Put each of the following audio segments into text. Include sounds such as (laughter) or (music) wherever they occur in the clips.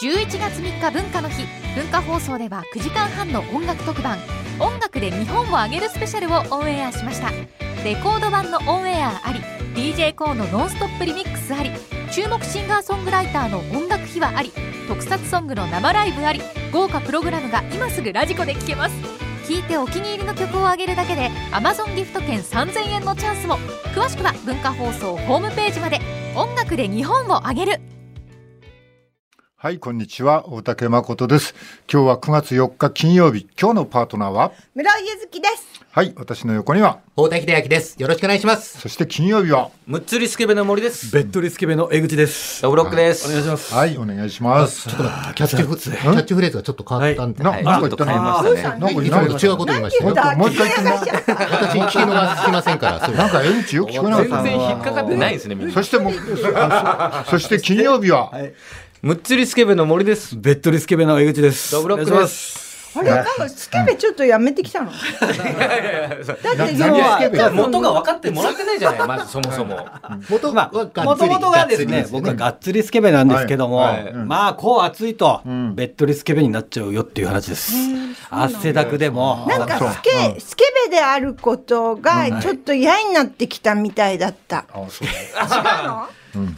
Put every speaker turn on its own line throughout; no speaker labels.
11月3日文化の日文化放送では9時間半の音楽特番「音楽で日本をあげるスペシャル」をオンエアしましたレコード版のオンエアあり d j k o の「ノンストップリミックス」あり注目シンガーソングライターの音楽秘話あり特撮ソングの生ライブあり豪華プログラムが今すぐラジコで聴けます聴いてお気に入りの曲をあげるだけで Amazon ギフト券3000円のチャンスも詳しくは文化放送ホームページまで音楽で日本をあげる
はい、こんにちは。大竹誠です。今日は9月4日金曜日。今日のパートナーは、
室井ゆずきです。
はい、私の横には、
大田秀明です。よろしくお願いします。
そして金曜日は、
むっつりスケベの森です。
ベッドリスケベの江口です。
ダブロックです。お願いします。
はい、お願いします。
キャッチフキャッチフレーズがちょっと変わったんで。
な、
はい
なんか言った
ちょっと変えま
な。
し
もう一回なんか言ったなもう
いつもと違うこと言いました
たね
よ
一。回もう一回言ったな。
私に聞き逃しませんから、それ
なんかエンチよく聞こえなかった
全然引っかかってないですね、みんな
そ。して
(laughs)
もう、あそそして金曜日は、
むっつりスケベの森です。
ベッドリスケベの江口です。
ダブロックです。
あれ、なんかスケベちょっとやめてきたの。だって、
何ス
要
ケ
は、
ベや
元が分かってもらってないじゃない、まずそもそも。
元
まあ、
はが
も
っつ
と
り
もとがです
がっ
ね
つ、り
僕はがっつりスケベなんですけども、
はいはい
まあ、こう暑いと、ベッドリスケベになっちゃうよっていう話です。汗だくでも、
なんかスケ、スケベであることが、ちょっと嫌になってきたみたいだった。
あ、そう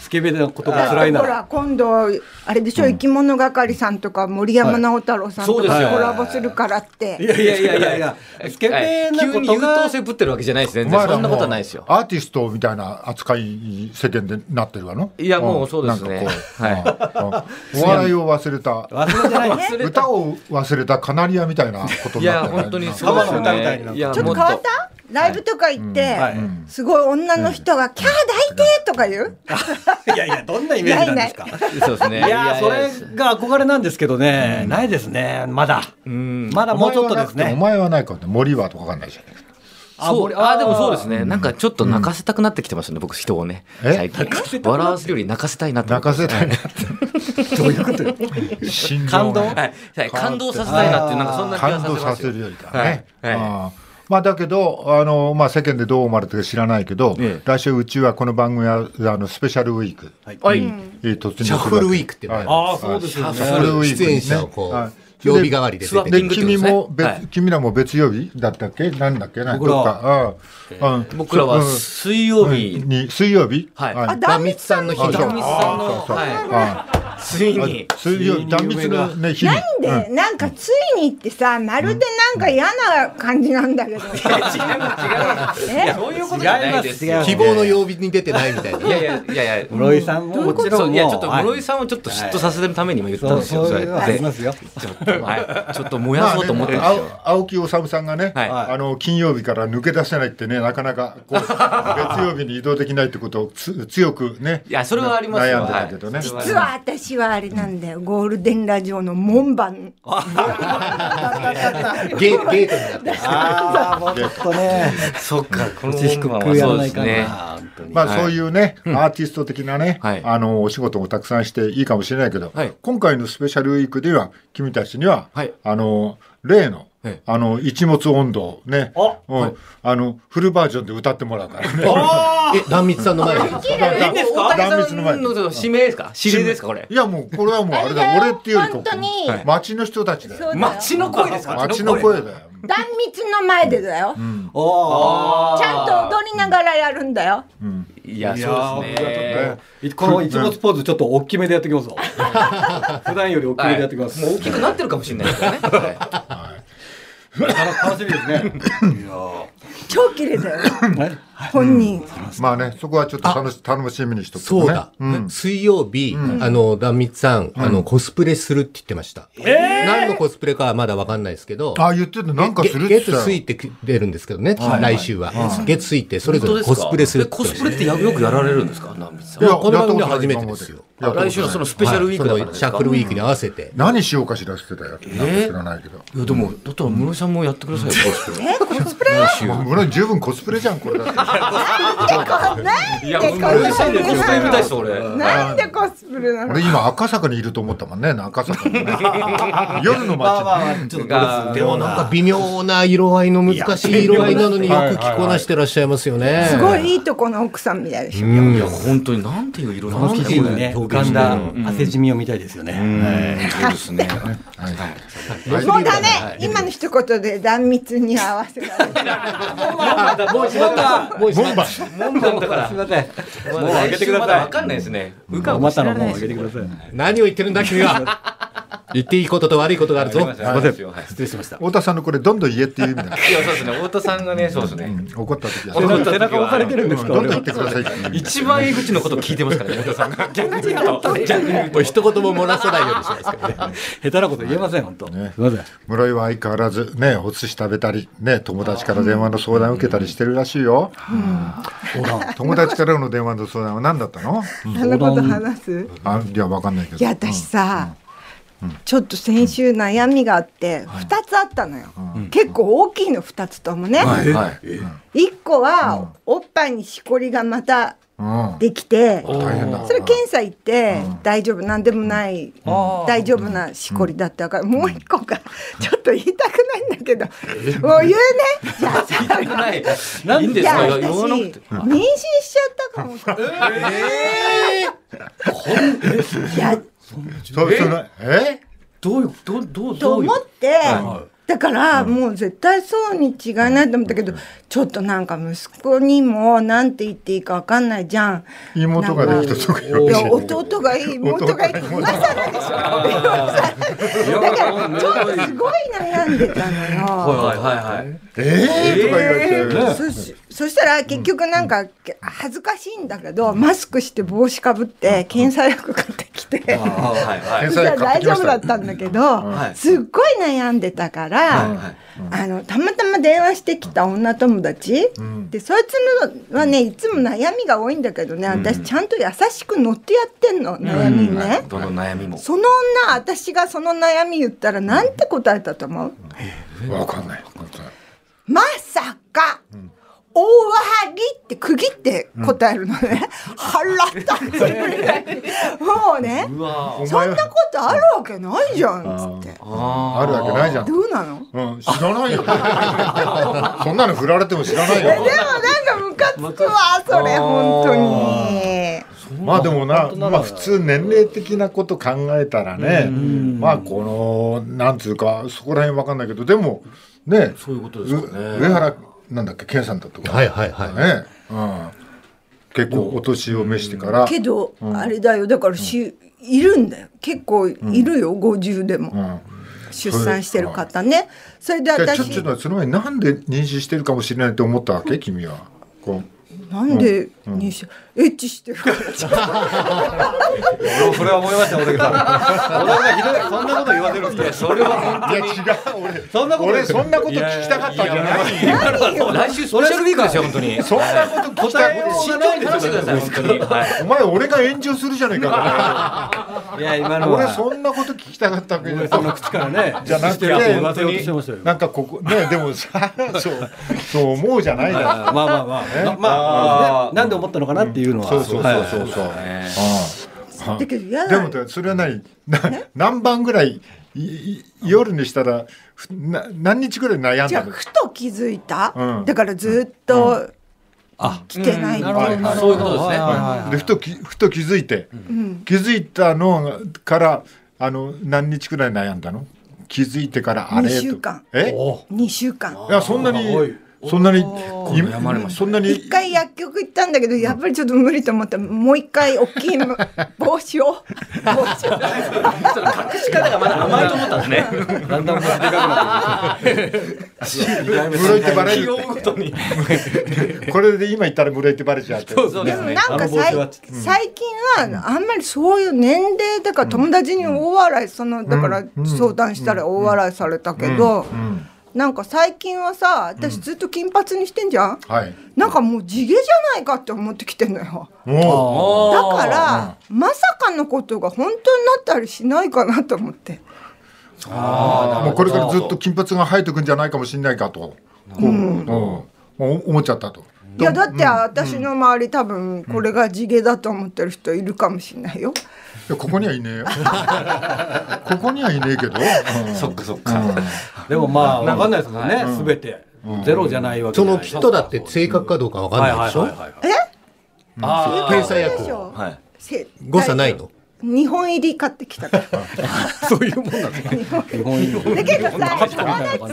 スケベのことが
だっ
辛い
てほ
な。
ら今度あれでしょ、生き物係さんとか森山直太朗さんと
はいそうです
か
よ
コラボするからって、
いやいやいやいやいや、スケベな
急
こ
に
と
優
が
等、生ぶってるわけじゃないです、全
お
然。
前
そ
ら
んな
も
こと
う
はないですよ。
アーティストみたいな扱いに世間でなってるわの
いやもうそうですね
んなんかこう
はい
うんお笑いを忘れた
忘れてないね。
忘れた
歌を忘れたカナリアみたいなこと
い
になっ
や、
てるね
本当に
なんか
そうです
カバの
よ
歌みたいにな
ね。
っ
い
て
や、
ちょっと変わったライブとか行って、
はい。
すごい女の人が「キャー抱いて!」とか言う、
いやいや、どんなイメージなんですか。
そうですね。
いやー、それが憧れなんですけどね、ないですね、まだ。
うん。
まだもうちょっとです
お
ね。
前はないかって森はとかわかんないじゃん
そう
森
あでもそうですね、なんかちょっと泣かせたくなってきてますね、僕、人をね、
え
最近、笑わせるより泣かせたいなと思
泣
って
かせたいな
(laughs) どういうことよ
心臓
感動
ね
はいはい、感動させたいなっていう、なんかそんな気が
感
さ
動
せま
さ
すよ
せるよりかね、
はいはい
あーまあ、だけどあの、まあ、世間でどう思われてるか知らないけど、
ええ
来週うちはこの番組はあのスペシャルウィーク、
はい、
えー突入
シャッフルウィークっていうの
は
が
い
ああ、そうですよ
シャッフ
ね。
ルウィーク
出演者をこ
は
う、曜日代わりで出て
で
くる。
君も別、
はい
君らも別曜日だったっけなんだっけなん
僕ら
か、うんうん
僕らは
うん
水曜日、
に水曜日
はい
あ
はい
壇蜜さんの
あ
日
そう
だ
壇蜜さんの
あそうそう
はついに、
あ水曜日壇蜜のね日に
なんで、なんかついにってさまるでなんか嫌な感じなんだけど、え
そういうこと
じゃないですよ
希望の曜日に出てないみたいな。
いやいやいやいや、
室井さんももちろ
そう
んもう
いやちょっと
はい
室井さんをちょっと嫉妬させるために今言ったんです
そ
よ。
う
そ
そう
れ
い
で
うのはありますよ。
ちょっとはいちょっと燃や
まあね
そうと思ってるんですよ。
青青木治さんがね、
はい
あの金曜日から抜け出せないってねなかなか
(laughs)
こう月曜日に移動できないってことをつ強くね
いやそれはあります
悩
よ
んでたけどね、
はいそれ
実は私はあれなんだよゴールデンラジオの門番
ゲーゲートになって (laughs) ます。
ああ、もうちょっとね、
そっかこの
腰低
まあ
くやらない
そ
か
うですね
な。本当に
まあ、
はい
そういうね、アーティスト的なね、
はい
あのお仕事もたくさんしていいかもしれないけど、
はい
今回のスペシャルウィークでは君たちには、
はい
あの例の
はい
あの一物音頭をね、
あ
うんあのフルバージョンで歌ってもらうからね。
(laughs)
え、壇蜜さんの前で。
いいんですか？
壇
大
蜜
竹さ
の前
んの指名ですか？指名ですかこれ
い？やもうこれはもうあれだ、俺っていうよりこう
本当に
はい街の人たちだよ。
街の声ですか？
街の声だよ。
壇蜜の前でだよ、
お
ちゃんと踊りながらやるんだよ
いや
ーいや
そう
ー
ですね。
僕はちょっとこの一物ポーズちょっと大きめでやってきますわ普段より大きめでやってきます
もう大きくなってるかもしれないですよね。は
楽しみですね
超綺麗だよ本人、
まあね、そこはちょっと楽し楽しみにしとく
そ
と
う
ね。
だ。
ん
水曜日、あの、壇蜜さん、あの、コスプレするって言ってました。何のコスプレかはまだわかんないですけど。
あ言ってたなんかするっ
ゲ
て
月
言ってた
水
よ
って出るんですけどね、来週は。月水って (laughs) それ
い
ぞれコスプレするって
コ
言ってました
スプレってやよくやられるんですか？南光さん。
いや
この番組では
やったことない
初めてですよ
今まで
来週のそのスペシャルウィークだ
はい
か
その
らです
シャッ
か
フルウィークに合わせて。
何しようかしらしてたよ。なんか知らないけど。
いやでもだったら室井さんもやってくださいよ。
えコスプレ
もうもう十分コスプレじゃんこれだって。
(laughs)
なんでこなん
いや、
で
も
こ
うん嬉
な
しいね。コスプレみたい
の
です、俺。
なんでコスプレなの
俺今赤坂にいると思ったもんね赤坂の
(laughs)
ね夜の街に
あ、ちょっ
が
でもなんか微妙な色合いの難しい色合いなのによく着こなしてらっしゃいますよね。
すごいいいとこの奥さんみたいでしょ
うん。
いや、本当になんていう色な
この
ん
生
だ
地
よ、こ
に
れ。
ね、浮かんだ汗染みを見たいですよね。
うん、そうですね。
もうダメ今の一言で断密に合わせられる
もうしまった。もうしまった。門番だから。すみません。もう上げてくだ
まだ
さ
わかんないですね。う
い。
かうか
ま
して
た
ら
の
れな
も
いうです
上げて
よ
ください。
何を言ってるんだ君は。言っていいことと悪いことがあるぞ。
すいません。はい
失礼しました。
太田さんのこれどんどん言えっていう意味だ
いや、そうですね。太田さんがね、そうですね。
怒った時
怒
は
った時
背中押されて
は。
るんですか。
どんどん言っ
俺は
てくださいっていう意味
一番江口のこと聞いてますからね、太田さん (laughs) が。逆に言うと。逆に言うと。
もう一言も漏らさないようにしないですからね。
下手なこと言えません、本当。すみません。
室井は相変わらずねお寿司食べたりね友達から電話の相談を受けたりしてるらしいよ
(laughs)
友達からの電話の相談は何だったの
あのこと話す
あいやわかんないけど
いや私さ、ちょっと先週悩みがあって2つあったのよ、結構大きいの2つともね、
うんはい
一1個はおっぱいにしこりがまた
うん
できて、
大変だ
それ検査行って大丈夫何でもない大丈夫なしこりだったからもう一個がちょっと言いたくないんだけども
(laughs)
う言うねじゃあさ
聞いてない。ないんで
い
す
や
か
私
言わなく
妊
て。
娠しちゃったかもいや
そうそのえ
どういう、どう、どう、
と
どういう
思。って、だからもう絶対そうに違いないと思ったけど、ちょっとなんか息子にもなんて言っていいかわかんないじゃん。
妹ができたとかよ
いや弟がいい妹がいいまさにでしょだからちょっとすごい悩んでたのよ。
はいはいはいはい。
えーとか言われて
そしそしたら結局なんか恥ずかしいんだけど、マスクして帽子かぶって検査薬買ってきて。
あはいは
天
い。
じゃ
才
あ
買っ
大
てきま
丈
した
夫だ
よ
ったんだけど、
はい
すっごい悩んでたから、
いはい
あのたまたま電話してきた女友達、でそいつのはねいつも悩みが多いんだけどね私ちゃんと優しく乗ってやってんの悩みね、
どの悩みも。
その女私がその悩み言ったらなんて答えたと思う、
わかんない
まさか、大張りって区切って答えるのね、払ったってもうね
うわ
お
そ
前
んな
は
ことあるわけないじゃんっつって
あ
あるわけないじゃん
どうなの
うん、知らない (laughs) よ。そんなの振られても知らないよ
で。もなんかムカつくわそれ本当に
まあでもな、まあ普通年齢的なこと考えたらね、まあこの、なんつうか、そこら辺わかんないけど、でも、ね、
そういうこと
う
ですかね。
上原、なんだっけ、健さんだとか、
はいはいはい。
ね、うん。結構お年を召してから、
けど、あれだよだからし、いるんだよ結構いるよ、50でも、
うん。
出産してる方ねそれで
じゃあちょっとち
私
ょっとその前になんで妊娠してるかもしれないと思ったわけ君は。こう
なんで妊娠、エッチしてるから
俺もそれは思いました、小竹さん。小竹さん、ひどい、そんなこと言わせるんですよ。それは、
いや違う
そんなこと。
俺俺そんなこと聞きたかったんじゃない
来週スペシャルウィークですよ、本当 (laughs) に。
そんなこと聞きた
答えを
慎重に話してください、本当に。はい。
お前俺が炎上するじゃねえか
いや、今
これ
の (laughs)
俺
は。
そんなこと聞きたかったわけじゃない
その口からね。
じゃなくて
いや本当にしてましたよ
なんかここ
(laughs)
ねでもさそうそう思うじゃないだろ
まあまあまあ、まあ、ねなんで思ったのかなっていうのは。
そうそうそう
はい
そうそう
ね
うんうん
だけど嫌
で
だ
もだそれは何な何番ぐらいいい夜にしたらふな何日ぐらい悩ん
じゃ
だ
あ
の
ふと気づいた、
うん
だからずっと
あ
来てないの、
はいはい
そういうことですね。
はい
は
でふときふと気づいて、気づいたのからあの何日くらい悩んだの気づいてからあれと
二週間
え
2週間
いやそんなに
おい
そんなに
謝りま
い
した
そんなに
一回薬局行ったんだけどやっぱりちょっと無理と思ったらもう一回大きい (laughs) の帽子を帽子を
い。隠し方がまだ甘いと思ったんですね。
だんだんでかくなって
室井ってバレる
気を追うごとに。
これで今言ったら無礼ってバレちゃって
そうそう
で
で
も
す
な
ね
ん。かさ
あの帽子
い
は
最近はあんまりそういう年齢だから友達に大笑いそのだから相談したら大笑いされたけどなんか最近はさ私ずっと金髪にしてんじゃん
はい
なんかもう地毛じゃないかって思ってきてんのよ
も
だ
だ
からまさかのことが本当になったりしないかなと思って
うもうこれからずっと金髪が生えてくんじゃないかもしれないかとこう、うんもう思っちゃったと
いやだって私の周り多分これが地毛だと思ってる人いるかもしれないよ。
いやここにはいねえ
(laughs)
よここにはいねえけど、うん
そっかそっか。
でもまあ、わかんないですもんね、すべて。ゼロじゃないわけ
そ
じゃない
のキットだって正確かどうかわかんないでしょ、
はいはいはいはいあ
天才
でし
役
ょ
はい。
せ
誤差ないの
日本入り買ってきたから
あ、そういうもんなんですね。日本以上。
だけどさ友達さ女友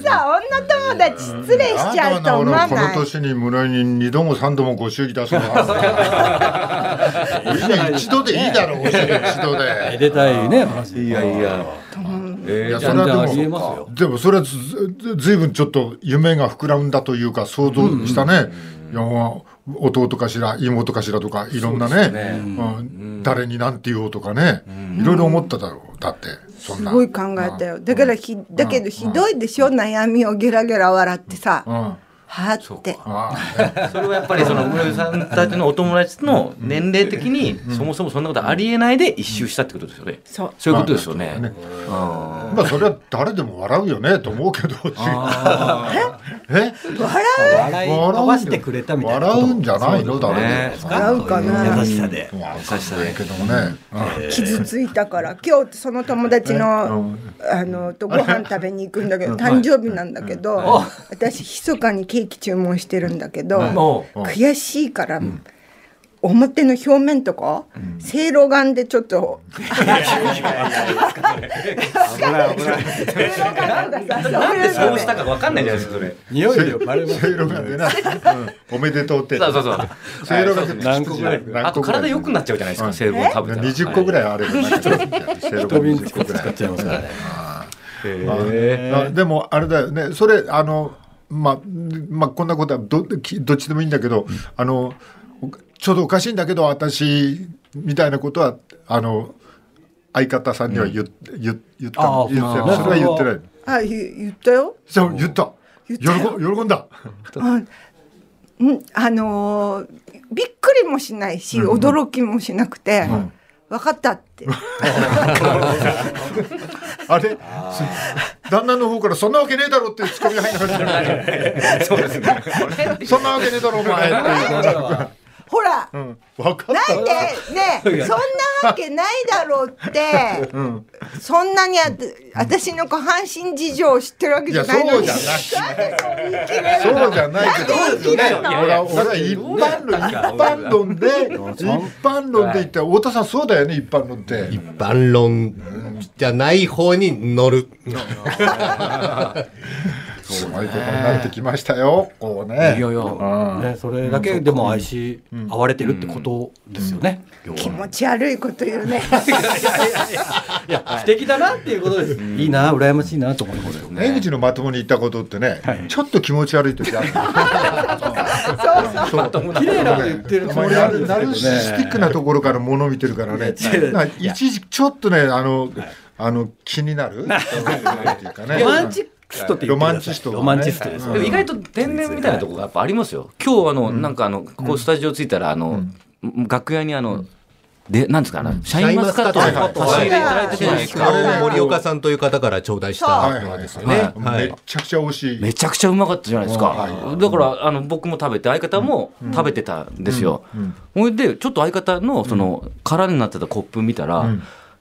達失礼しちゃうと思わ
俺は
な
この
い
年に村井に二度も三度もご祝儀出すの
(laughs)
は一度でいいだろうご祝儀一度
め
で。
でたいね、話
いやいや。
い
え
やそれ
ー
じゃあ
は
言
で
えますよ
もでもそれはずずずいぶんちょっと夢が膨らんだというか想像したね、いや弟かしら妹かしらとかいろんなねうん誰になんて言おうとかね、いろいろ思っただろうだってそん
す
な。
ごい考えたよだからひだけどひどいでしょ悩みをゲラゲラ笑ってさ
うんあ
はーって
あ
それはやっぱりその室井さんたちのお友達の年齢的にそもそもそんなことありえないで一周したってことですよね。
そう
そういうことですよね。
まあそれは誰でも笑うよねと思うけどえ
笑い飛ばしてくれたみたいなこと
笑うんじゃないの誰でも
ね
笑うかな
優しさで。
まあ
優しさで
けどもね、うん
傷ついたから今日その友達のあのとご飯食べに行くんだけど誕生日なんだけど私密かにケーキ注文してるんだけど
う
悔しいから。表の表面とか、せいろ眼でちょっと。せいろ眼とかさ、そういう
そ
の
う
ね
したかわかんないじゃないですかそれ。
匂いでバレます。
せいろが出
(laughs)
ない、うんおめでとうって
そうそうそう。
せいろが出て
何個ぐらい
あと体良くなっちゃうじゃないですか。セールを食べたら。
二十個ぐ
らい。
らいあればなんかせいろが
飛びに
20
使
個
っ
ぐらい
ちゃいますからね。
あでもあれだよねそれあのまあまあこんなことはどきどっちでもいいんだけどあのおちょっとおかしいんだけど私みたいなことはあの相方さんには言,、言言った
あ
の
ー
言ってない
まあ
それは言ってない
あ、ゆ言ったよ。
そう言った
言っ
喜
たよ
喜んだ
あうん、あのーびっくりもしないし、驚きもしなくて、分かったって。
あれ旦那の方から「そんなわけねえだろ」ってツッコミが入んなかったじゃない
そうですね。
そんなわけねえだろお前」
(laughs)
ほら、
うん分かっ
なんでねそんなわけないだろうって、そんなにあ私の下半身事情を知ってるわけ
い
じゃ
や
ない
そ
の
う
に
じゃ
な
なんい
でそう言い切れる
そうじゃないけど
なんで言い切れんの
俺は俺は一般論一般論で一般論で言ったら太田さんそうだよね一般論って
一般論じゃない方に乗る。
すごいことになってきの慣れてきましたよこうね
いやいや
ね、それだけでも愛し合われてるってことですよね。
気持ち悪いこと言うね。
いや、素敵だなっていうことです。いいな、羨ましいなと思いますよね。
江口のまともに言ったことってね、ちょっと気持ち悪い時ある
綺麗なこと言 (laughs) ってるつもり
俺
あ
あ
るん
れ
です
ナ
けど
ルシスティックなところからものを見てるからね
違う
なんか一時ちょっとねあのあの気になるっていうかね
ロマンチストって言
ロ
ってください
マンチスト
ロマンチストです。
でも意外と天然みたいなとこがやっぱありますよ。今日あの、なんかあのここスタジオ着いたらあの、楽屋にあの、でなんですかねシャインマスカットを
シャイン
差
マスカット
し入れいただいてたじゃないです
あ
か。
れね森岡さんという方から頂戴し
は
た
い
の
は
はいですね。
はい
は
め
い。
ちゃくちゃ美味しい
めちゃくちゃうまかったじゃないですか。だからあの僕も食べて相方も食べてたんですよ。ほいでちょっと相方のその空になってたコップ見たら、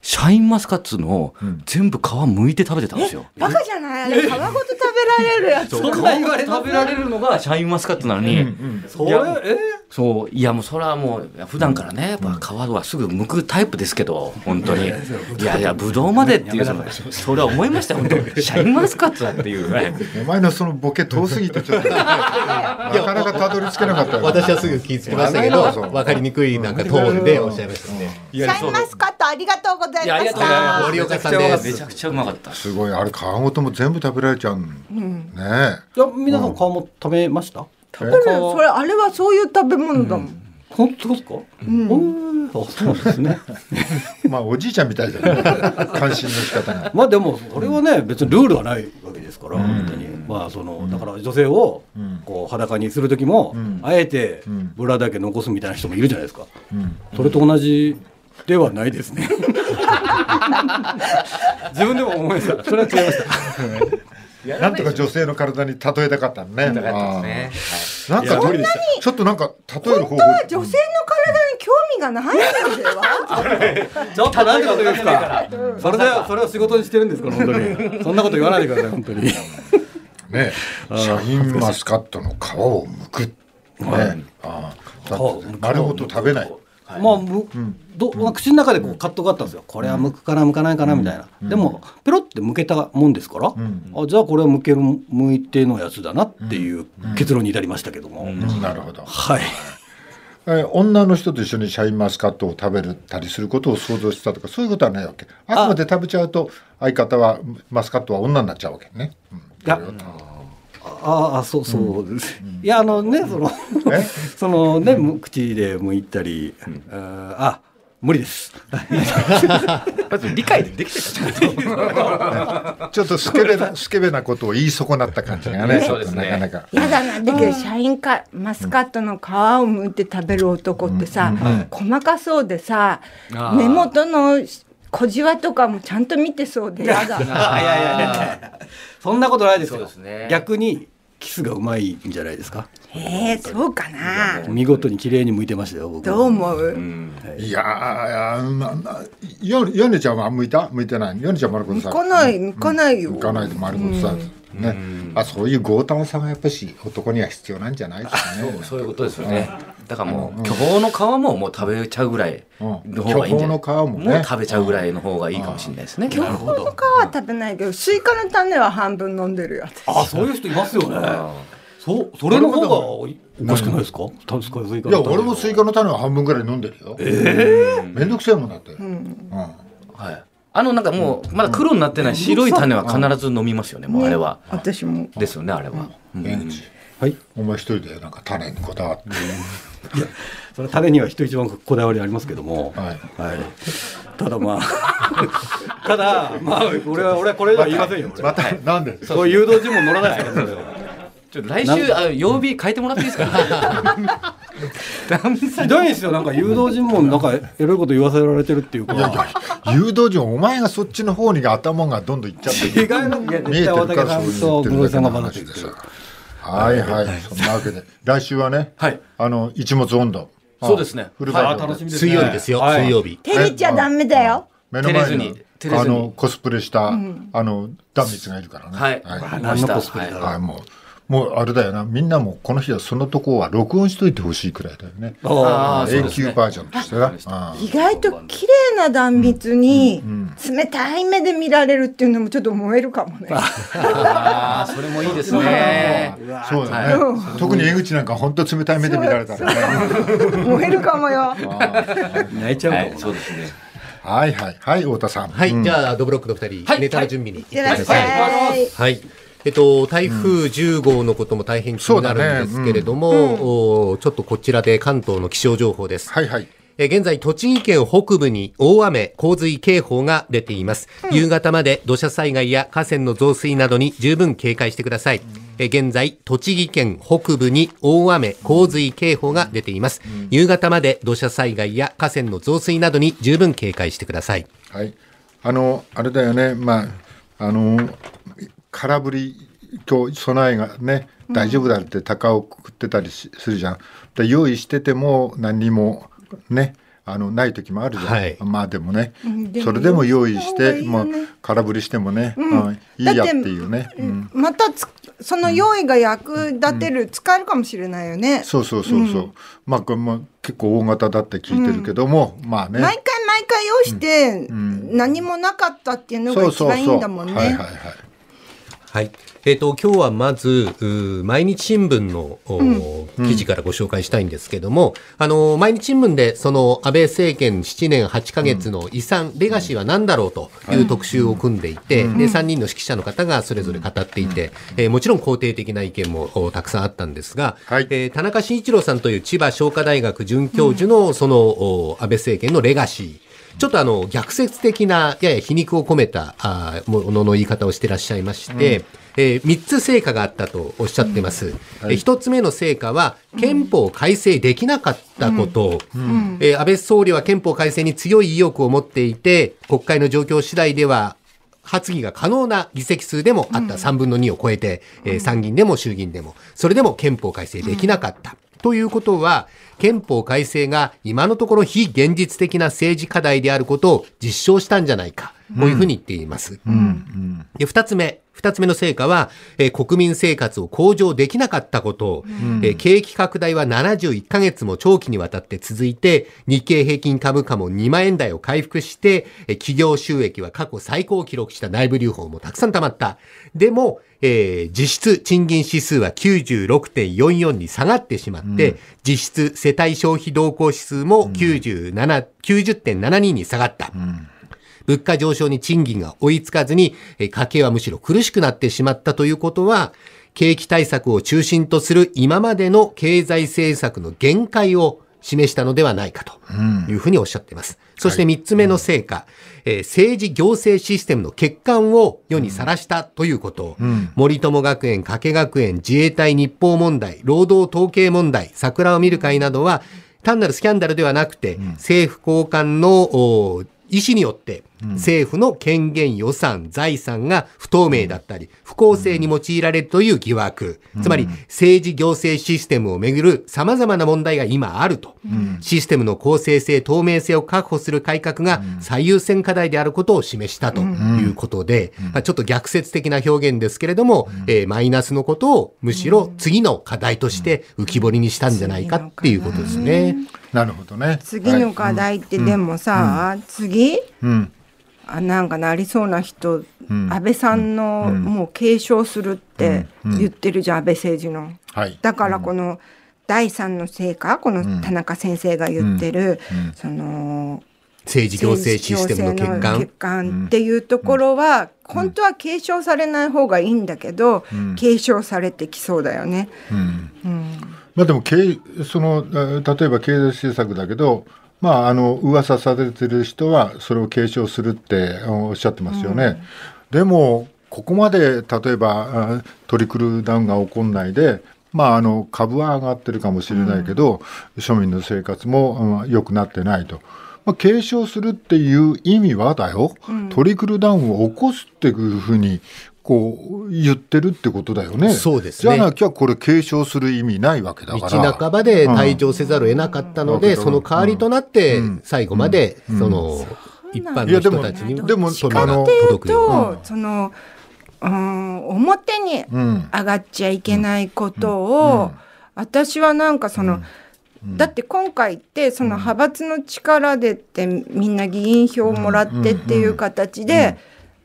シャインマスカッツの全部皮剥いて食べてたんですよ。
バカじゃないあれ皮ごと食べられるやつ。
そんな言われ食べられるのがシャインマスカットなのに、
それ、え
そういやもうそれはもういや普段からねやっぱ皮はすぐ剥くタイプですけど本当にいやいやぶどうまでっていうそのそれは思いましたよ本当 (laughs) シャインマスカットだっていうね
お前のそのボケ遠すぎてちょっとなかなかたどり着けなかったよ
私はすぐ気づきましたけど、わかりにくいなんかトーンでおっしゃいましたね。
シャインマスカットありがとうございまし
いや
た。
森岡さんです
めちゃくちゃうまかった
すごいあれ皮ごとも全部食べられちゃうのね
じゃあ皆さん皮も食べました
食べるそれあれはそういう食べ物だもん。
本当ですかうん。あ、そうなんですね。 (laughs)
えまあおじいちゃんみたいだね関心の仕方が
まあでもそれはね別にルールはないわけですから、本当にまあそのだから女性をこう裸にする時も、あえてブラだけ残すみたいな人もいるじゃないですか、それと同じではないです (laughs) ね自分でも思いましたそれは違いました
なんとか女性の体に例えたかったのね。
痛かったですね。
なんかどうちょっとなんか例える方法。
本当は女性の体に興味がないのでは？
(laughs) ちょっとなんでかというか、それでそれを仕事にしてるんですから本当に。そんなこと言わないでください本当に。
ね、シャインマスカットの皮を剥く。ね、ああ、丸ごと食べない。
まあ、む、ど、まあ、口の中でこう葛藤があったんですよ。これは剥くかな、剥かないかなみたいな。でも、ペロって剥けたもんですから。あ、じゃあ、これは剥ける、剥いてのやつだなっていう結論に至りましたけども。
なるほど。
はい。
えー女の人と一緒にシャインマスカットを食べるたりすることを想像したとかそういうことはないわけあくまで食べちゃうと相方はマスカットは女になっちゃうわけね、うん
いやああそうそうです、いやあのねその (laughs) そのね、む口で剥いたり、あーあ無理です
まず理解できてたじゃん。
ちょっとスケベなスケベなことを言い損なった感じがね
そうですね
ちょっとなかなか
やだなだけどシャインかマスカットの皮を剥いて食べる男ってさ、細かそうでさ
あー
目元の小じわとかもちゃんと見てそうでやだ
あいやいやいや。
そんなことないですよ
そうですね
逆にキスがうまいんじゃないですか
えー、そうかな
見事に綺麗に剥いてましたよ僕
どう思う、
いやーまあヨヨネちゃんは向いた向いてないヨネちゃん丸くんさ
来ない行かないよ、
行かないで丸くんさねあそういう強胆さがやっぱし男には必要なんじゃないですかね
そういうことですよね。だからもう巨峰の皮ももう食べちゃうぐらいの方がいいんじ
うん巨峰
ゃない。
の皮もね
う食べちゃうぐらいの方がいいかもしれないですね。
巨峰の皮は食べないけどスイカの種は半分飲んでるよ私
あそういう人いますよねそうそれの方がおかしくないですか確かにスイカ
いや俺もスイカの種を半分ぐらい飲んでるよええめんどくせえもんだってうん
はい。あのなんかもうまだ黒になってない白い種は必ず飲みますよね。もうあれは。
私も
ですよねあれは。うん
ベンチ
はい
お前一人でなんか種にこだわって
それ種には人一番こだわりありますけども
はい
はいただまあ (laughs) ただまあ俺は俺はこれでは言いませんよ
また (laughs) なん
(laughs)
で
そう誘導尋問乗らないですからそれは
ちょっと来週あ曜日変えてもらっていいですか。
ひどいですよなんか誘導尋問なんかエロいこと言わせられてるっていうか
誘導順お前がそっちの方に頭がどんどんいっちゃって
(laughs)
る
違うのい
見え
や
て
絶対
るか
渡
ら
さ
そ
ん
う
と
言っ
室井
てる
さん
だ
が
けの話
話し
で
て
す
る
はいはい、そんなわけで来週はね、
はい
あの一物温度
そうですね
フルバージョン
楽しみですね
水曜日ですよ、
はい
水曜日。
照れちゃダメだよ
目の前に
照れずに照れず
あ
に
のコスプレした、あの壇蜜がいるからね
はい。
はい
何のコスプレだろう
はいもうもうあれだよなみんなもこの日はそのとこは録音しといてほしいくらいだよね
ああそう
永
です
久
ね。
バージョンとしてな、うん
意外と綺麗な断蜜に冷たい目で見られるっていうのもちょっと燃えるかもね。
ああそれもいいですね。
そうだよね、特に江口なんか本当冷たい目で見られたらね
燃えるかもよ。
泣いちゃう
は
かも
いそうですね。
はいはいはい太田さん
はい、じゃあ、ドブロックの二人、
はい
ネタの準備に行って
い
く
らっ
だ
し
さい。
ゃい。
はい。えっと、台風10号のことも大変気になるんですけれども、おちょっとこちらで関東の気象情報です。
はいはい
えー現在、栃木県北部に大雨、洪水警報が出ています。夕方まで土砂災害や河川の増水などに十分警戒してください。えー現在、栃木県北部に大雨、洪水警報が出ています。夕方まで土砂災害や河川の増水などに十分警戒してください。
はい、あの、あれだよね、まあ、あの、空振りと備えがね、大丈夫だって高をくくってたりしするじゃん。で用意してても何にもね、あのない時もあるじゃん。
はい
まあでもね、
でも
それでも用意し
用
て、
意した
もう
方がいいよね
空振りしてもね、うんいいやっていうね。うん
またつその用意が役立てる使えるかもしれないよね。
そうそうそうそう。まあこれも結構大型だって聞いてるけども、まあね。
毎回毎回用意して何もなかったっていうのが一番いいんだもん
はいはい
ね
はい。
はい。えっ、と、今日はまず、うー毎日新聞の、お記事からご紹介したいんですけども、あのー、毎日新聞で、その、安倍政権7年8ヶ月の遺産、レガシーは何だろうという特集を組んでいて、で、3人の指揮者の方がそれぞれ語っていて、えーもちろん肯定的な意見もおたくさんあったんですが、
はい
えー田中慎一郎さんという千葉商科大学准教授の、その、お安倍政権のレガシー、ちょっとあの逆説的なやや皮肉を込めたあーものの言い方をしてらっしゃいまして、え3つ成果があったとおっしゃってます。え1つ目の成果は憲法改正できなかったこと、えー安倍総理は憲法改正に強い意欲を持っていて国会の状況次第では発議が可能な議席数でもあった3分の2を超えて、えー参議院でも衆議院でも、それでも憲法改正できなかった。ということは、憲法改正が今のところ非現実的な政治課題であることを実証したんじゃないか、こういうふうに言っています。で、二つ目。二つ目の成果は、えー国民生活を向上できなかったことを、えー景気拡大は71ヶ月も長期にわたって続いて、日経平均株価も2万円台を回復して、えー企業収益は過去最高を記録した内部留保もたくさん溜まった。でも、えー実質賃金指数は96.44に下がってしまって、実質世帯消費動向指数も97、90.72に下がった。物価上昇に賃金が追いつかずに、えー家計はむしろ苦しくなってしまったということは、景気対策を中心とする今までの経済政策の限界を示したのではないかというふうにおっしゃっています。そして3つ目の成果、えー政治行政システムの欠陥を世にさらしたということ、森友学園、加計学園、自衛隊日報問題、労働統計問題、桜を見る会などは、単なるスキャンダルではなくて、政府高官のお意思によって、政府の権限予算、財産が不透明だったり、不公正に用いられるという疑惑。つまり、政治行政システムをめぐる様々な問題が今あると。システムの公正性、透明性を確保する改革が最優先課題であることを示したということで、まあちょっと逆説的な表現ですけれども、えーマイナスのことをむしろ次の課題として浮き彫りにしたんじゃないかっていうことですね。
なるほどね。
次の課
はい
題ってでもさ、次
うん
あなんかなりそうな人、安倍さんの、もう継承するって言ってるじゃん、安倍政治の。
はい。
だからこの第三の成果この田中先生が言ってる、その
政治行政システムの欠
政治
陥
行。政の欠陥っていうところは、本当は継承されない方がいいんだけど、継承されてきそうだよね。
まあでも経そのえー例えば経済政策だけど、まああの噂されてる人はそれを継承するっておっしゃってますよね。でもここまで例えばあトリクルダウンが起こんないで。まあ、あの株は上がってるかもしれないけど、庶民の生活もうん良くなってないと、まあ、継承するっていう意味はだよ、トリクルダウンを起こすっていうふうにこう言ってるってことだよね。
そうですね
じゃなきゃこれ継承する意味ないわけだ
道
から。
半ばで退場せざるを得なかったので、
うん
その代わりとなって、最後まで、その、一般の人たちに
いやでも
庶民
あの
が
ってい
届
う
くよう
と、その、うん、表に
ん
上がっちゃいけないことを、私はなんかその、だって今回ってその派閥の力でってみんな議員票をもらってっていう形で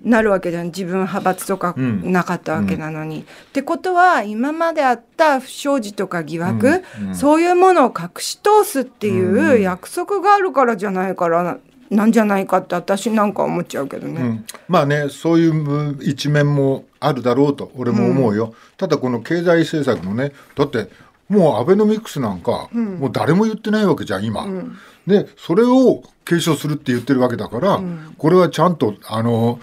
なるわけじゃん自分派閥とかなかったわけなのに。ってことは今まであった不祥事とか疑惑、そういうものを隠し通すっていう約束があるからじゃないからななんじゃないかって私なんか思っちゃうけどね。
うんまあねそういううん一面もあるだろうと俺も思うよ、ただこの経済政策のねだってもうアベノミクスなんか、もう誰も言ってないわけじゃん今、でそれを継承するって言ってるわけだから、これはちゃんとあの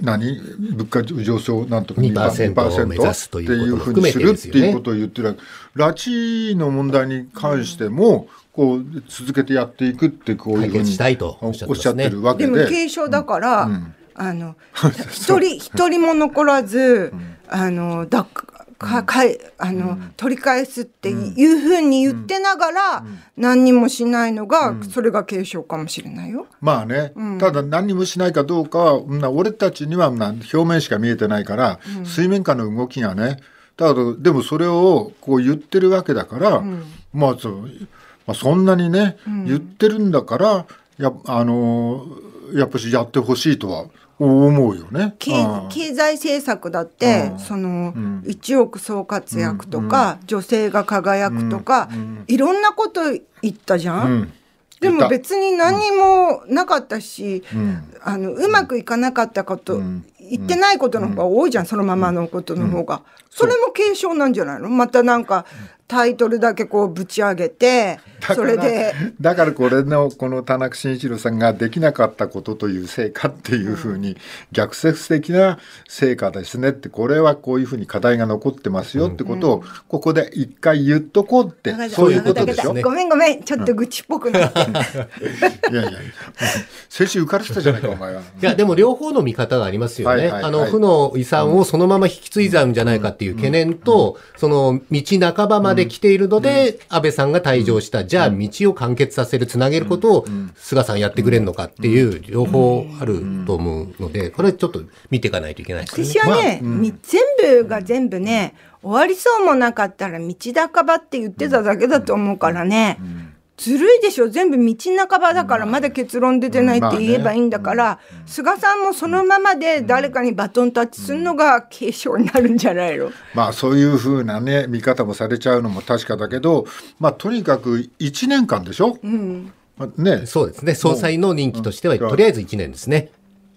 何物価上昇なんとか
2%
2%
を目指すと
っ
い
ていう
う
ふ
こ
う
と
に
も含め
す
て
る
で
っ
す
て
よね
いうことを言ってるわけ拉致の問題に関しても、こう続けてやっていくってこういうふうに
解決したいとおっしゃってますね
おっしゃってるわけ
で
で
も軽症だから、あ (laughs) の一人一人も残らず、あのだかかいあの、取り返すっていうふうに言ってながら、何にもしないのが、それが軽症かもしれないよ。
まあね、ただ何もしないかどうかはうんな俺たちにはな表面しか見えてないから、水面下の動きがねだからでもそれをこう言ってるわけだから、まあそまあ、そんなにね、言ってるんだからや,、あのーやっぱしやってほしいとは思うよね。
経
うん
経済政策だって、その、一億総活躍とか、女性が輝くとか、いろんなこと言ったじゃん、
うん
で
言った
も別に何もなかったし、あのうまくいかなかったこと、言ってないことの方が多いじゃん、そのままのことの方が、それも軽症なんじゃないのまたなんかタイトルだけこうぶち上げてそれで
だからこれのこの田中慎一郎さんができなかったことという成果っていうふうに逆説的な成果ですねってこれはこういうふうに課題が残ってますよってことをここで一回言っとこうって、そういうことでしょ、
ごめんごめんちょっと愚痴っぽくなって、
いやいや先週浮かれてたじゃないかお前は
いやでも両方の見方がありますよね、あの負の遺産をそのまま引き継いじゃうんじゃないかっていう懸念と、その道半ばまで来ているので、安倍さんが退場した、じゃあ道を完結させる、つなげることを菅さんやってくれるのかっていう両方あると思うので、これちょっと見ていかないといけないです
ね。私はね、全部が全部ね、終わりそうもなかったら道半ばって言ってただけだと思うからね、ずるいでしょ全部道半ばだからまだ結論出てないって言えばいいんだから、菅さんもそのままで誰かにバトンタッチするのが継承になるんじゃないの、
まあそういうふうなね見方もされちゃうのも確かだけどまあとにかく1年間でしょ、うん
ね、そうですね総裁の任期としては、とりあえず1年ですね。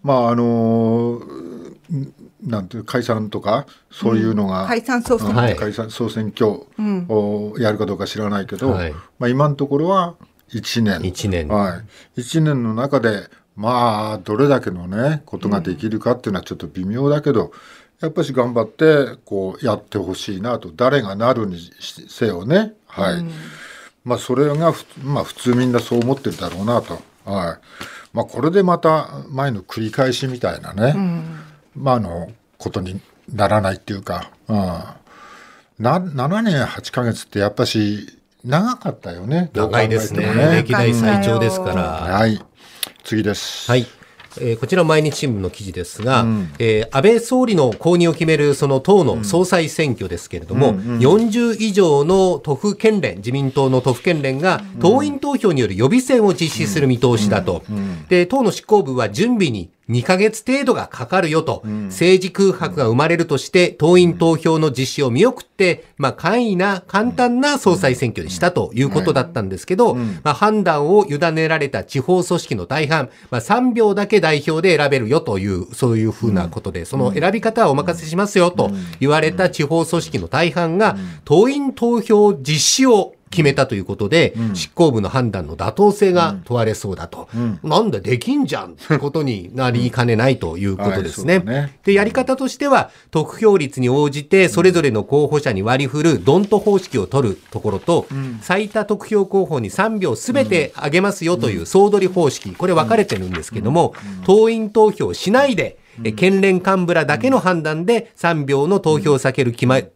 まああのなんていう解散とかそういうのが、
解散総選
挙、解散総選挙をやるかどうか知らないけど、まあ、今のところは1年
,1 年,、
はい、1年の中でまあどれだけのねことができるかっていうのはちょっと微妙だけど、やっぱし頑張ってこうやってほしいなと誰がなるにせよねはい、まあそれがまあ、普通みんなそう思ってるだろうなと、はいまあ、これでまた前の繰り返しみたいなね、まあ、あのことにならないっていうか、うん、な7年8か月ってやっぱし長かったよね
長いですね、ね、歴代最長ですから、
はい次です
はいえー、こちら毎日新聞の記事ですが、うん、えー、安倍総理の公認を決めるその党の総裁選挙ですけれども、うんうん、40以上の都府県連、自民党の都府県連が党員投票による予備選を実施する見通しだと。で、党の執行部は準備に2ヶ月程度がかかるよと、政治空白が生まれるとして、党員投票の実施を見送って、まあ、簡易な、簡単な総裁選挙にしたということだったんですけど、まあ、判断を委ねられた地方組織の大半、まあ、3票だけ代表で選べるよという、そういうふうなことで、その選び方はお任せしますよと言われた地方組織の大半が、党員投票実施を決めたということで、うん、執行部の判断の妥当性が問われそうだと、うんうん、なんでできんじゃんってことになりかねないということですね。ねでやり方としては得票率に応じてそれぞれの候補者に割り振るドント方式を取るところと、最多得票候補に3票すべてあげますよという総取り方式これ分かれてるんですけども、党員投票しないで県連幹部らだけの判断で3票の投票先を決め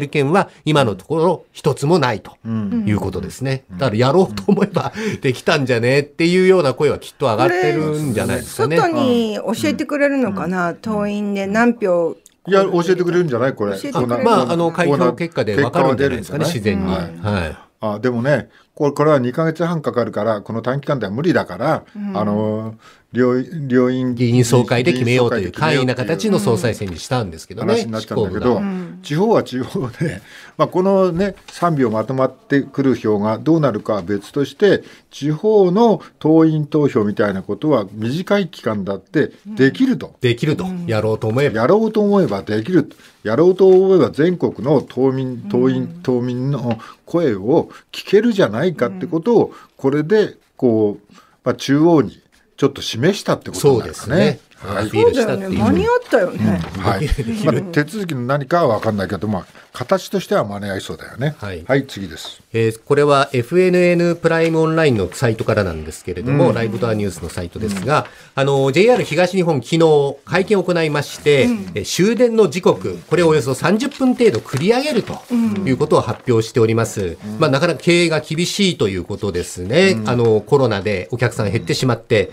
る件は今のところ一つもないということですね。だからやろうと思えばできたんじゃねっていうような声はきっと上がってるんじゃないですかね。
外に教えてくれるのかな、党員で何票
いや教えてくれるんじゃないこれ。
まああの開票結果で分かるんじゃないですかね自然に。はい
あでもねこれこれは2か月半かかるからこの短期間では無理だから、うん、あの両両院
議員総会で決めようという簡易な形の総裁選にしたんですけどね、
話になっちゃうんだけど、うん、地方は地方で、まあ、この、ね、3票まとまってくる票がどうなるかは別として地方の党員投票みたいなことは短い期間だってできると、うん、
できるとやろうと思えば
やろうと思えばできるとやろうと思えば全国の党民党員党民の声を聞けるじゃないかってことを、これでこう、まあ、中央にちょっと示したってことなんですね。
はい、そうだよね。間に合ったよね。
はい。まあ、手続きの何かは分かんないけど、まあ、形としては間に合いそうだよね。はい。はい、次です。
えー、これは FNN プライムオンラインのサイトからなんですけれども、うん、ライブドアニュースのサイトですが、うん、あの、JR 東日本昨日会見を行いまして、うん、終電の時刻、これをおよそ30分程度繰り上げるということを発表しております。うん、まあ、なかなか経営が厳しいということですね。あの、コロナでお客さん減ってしまって、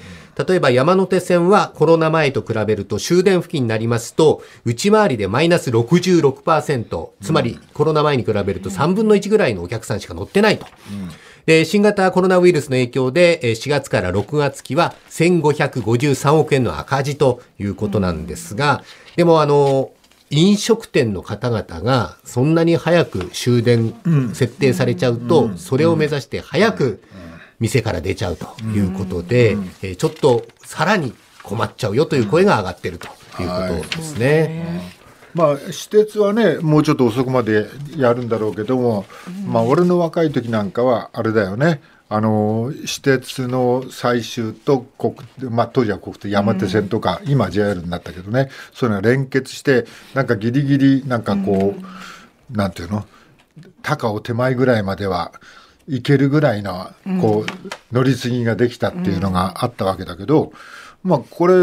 例えば山手線はコロナ前と比べると終電付近になりますと、内回りでマイナス66%、つまりコロナ前に比べると3分の1ぐらいのお客さんしか乗ってないと。で、新型コロナウイルスの影響で、4月から6月期は1553億円の赤字ということなんですが、でもあの、飲食店の方々がそんなに早く終電設定されちゃうと、それを目指して早く店から出ちゃうということで、うん、えー、ちょっとさらに困っちゃうよという声が上がってるということですね。うんはい、
まあ、私鉄はね、もうちょっと遅くまでやるんだろうけども、まあ、俺の若い時なんかは、あれだよね。あの私鉄の最終と国、まあ、当時は国鉄山手線とか、うん、今 JR になったけどねそういうのは連結してなんかギリギリなんかこう、うん、なんていうの高尾手前ぐらいまでは行けるぐらいのこう、うん、乗り継ぎができたっていうのがあったわけだけど、うん、まあこれ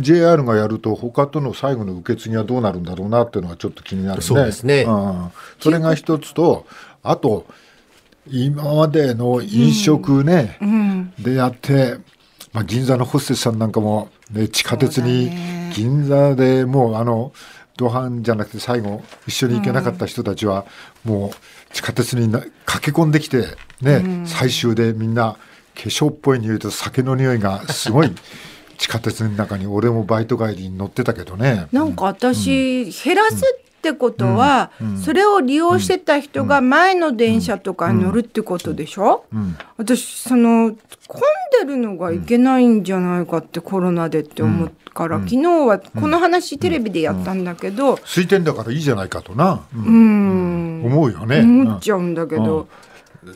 JR がやると他との最後の受け継ぎはどうなるんだろうなっていうのはちょっと気になるね。、
そうですね、うん
それが一つとあと今までの飲食ね、でやって、まあ、銀座のホステスさんなんかも、ね、地下鉄に銀座でもうあのドハンじゃなくて最後一緒に行けなかった人たちはもう地下鉄に駆け込んできてね、うん、最終でみんな化粧っぽい匂いと酒の匂いがすごい。地下鉄の中に俺もバイト帰りに乗ってたけどね
なんか私、うん、減らすってことは、うん、それを利用してた人が前の電車とかに乗るってことでしょ、私その混んでるのがいけないんじゃないかってコロナでって思ってから、昨日はこの話テレビでやったんだけど、
空いてんだからいいじゃないかとな、
うん、
思うよね
思っちゃうんだけど、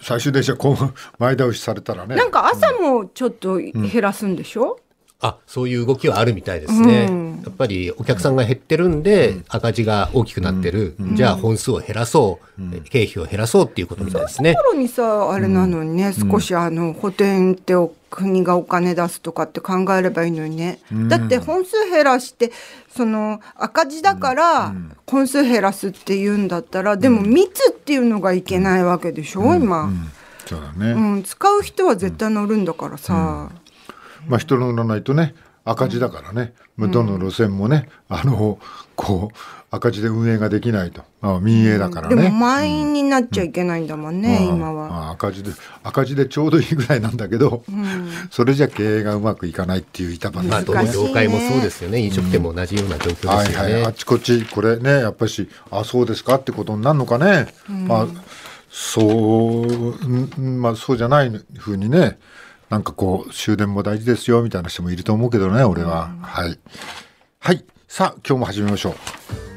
最終電車こう前倒しされたらね
なんか朝もちょっと減らすんでしょ、
あそういう動きはあるみたいですね、やっぱりお客さんが減ってるんで、赤字が大きくなってる、じゃあ本数を減らそう、経費を減らそうっていうことみたいですね。
ところにさあれなのにね、少しあの補填って国がお金出すとかって考えればいいのにね、うん、だって本数減らしてその赤字だから本数減らすっていうんだったら、うん、でも密っていうのがいけないわけでしょ、うん、今、
そうだね、
うん、使う人は絶対乗るんだからさ、
まあ人乗らないとね赤字だからね、うん、どの路線もねあのこう赤字で運営ができないと、まあ、民営だからね、
でも満員になっちゃいけないんだもんね、うん、今は、
赤字で赤字でちょうどいいぐらいなんだけど、うん、それじゃ経営がうまくいかないっていう板橋
まあどの業界もそうですよね飲食店も同じような状況ですよね、うんはいはい、
あちこちこれねやっぱしあそうですかってことになるのかね、まあそうまあそうじゃないふうにねなんかこう終電も大事ですよみたいな人もいると思うけどね俺は、はいはいさあ今日も始めましょう